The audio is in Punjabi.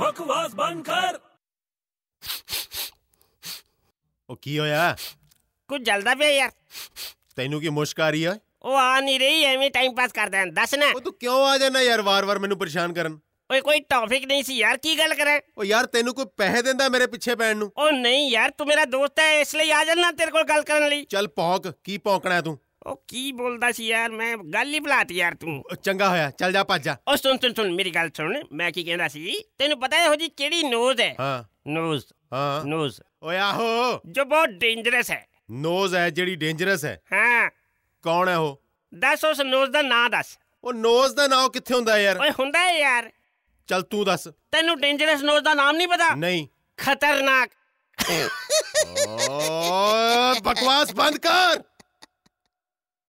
ਬਕਵਾਸ ਬੰਦ ਕਰ ਉਹ ਕੀ ਹੋਇਆ ਕੁਝ ਜਲਦਾ ਪਿਆ ਯਾਰ ਤੈਨੂੰ ਕੀ ਮੁਸ਼ਕ ਆ ਰਹੀ ਹੈ ਉਹ ਆ ਨਹੀਂ ਰਹੀ ਐਵੇਂ ਟਾਈਮ ਪਾਸ ਕਰਦੇ ਆਂ ਦੱਸ ਨਾ ਉਹ ਤੂੰ ਕਿਉਂ ਆ ਜਾਣਾ ਯਾਰ ਵਾਰ-ਵਾਰ ਮੈਨੂੰ ਪਰੇਸ਼ਾਨ ਕਰਨ ਓਏ ਕੋਈ ਟੌਪਿਕ ਨਹੀਂ ਸੀ ਯਾਰ ਕੀ ਗੱਲ ਕਰਾਂ ਉਹ ਯਾਰ ਤੈਨੂੰ ਕੋਈ ਪੈਸੇ ਦਿੰਦਾ ਮੇਰੇ ਪਿੱਛੇ ਪੈਣ ਨੂੰ ਉਹ ਨਹੀਂ ਯਾਰ ਤੂੰ ਮੇਰਾ ਦੋਸਤ ਹੈ ਇਸ ਲਈ ਆ ਜਾਣਾ ਤੇਰੇ ਕੋਲ ਗੱਲ ਕਰਨ ਲਈ ਚੱਲ ਭੌਂਕ ਕੀ ਭੌਂਕਣਾ ਹੈ ਤੂੰ ਉਹ ਕੀ ਬੋਲਦਾ ਸੀ ਯਾਰ ਮੈਂ ਗੱਲ ਹੀ ਭੁਲਾਤੀ ਯਾਰ ਤੂੰ ਉਹ ਚੰਗਾ ਹੋਇਆ ਚੱਲ ਜਾ ਭੱਜ ਜਾ ਉਹ ਸੁਣ ਸੁਣ ਸੁਣ ਮੇਰੀ ਗੱਲ ਸੁਣ ਮੈਂ ਕੀ ਕਹਿੰਦਾ ਸੀ ਤੈਨੂੰ ਪਤਾ ਇਹੋ ਜੀ ਕਿਹੜੀ ਨੋਜ਼ ਹੈ ਹਾਂ ਨੋਜ਼ ਹਾਂ ਨੋਜ਼ ਓਏ ਆਹੋ ਜੋ ਬਹੁਤ ਡੇਂਜਰਸ ਹੈ ਨੋਜ਼ ਹੈ ਜਿਹੜੀ ਡੇਂਜਰਸ ਹੈ ਹਾਂ ਕੌਣ ਹੈ ਉਹ ਦੱਸ ਉਸ ਨੋਜ਼ ਦਾ ਨਾਂ ਦੱਸ ਉਹ ਨੋਜ਼ ਦਾ ਨਾਮ ਕਿੱਥੇ ਹੁੰਦਾ ਹੈ ਯਾਰ ਓਏ ਹੁੰਦਾ ਹੈ ਯਾਰ ਚੱਲ ਤੂੰ ਦੱਸ ਤੈਨੂੰ ਡੇਂਜਰਸ ਨੋਜ਼ ਦਾ ਨਾਮ ਨਹੀਂ ਪਤਾ ਨਹੀਂ ਖਤਰਨਾਕ ਓਏ ਬਕਵਾਸ ਬੰਦ ਕਰ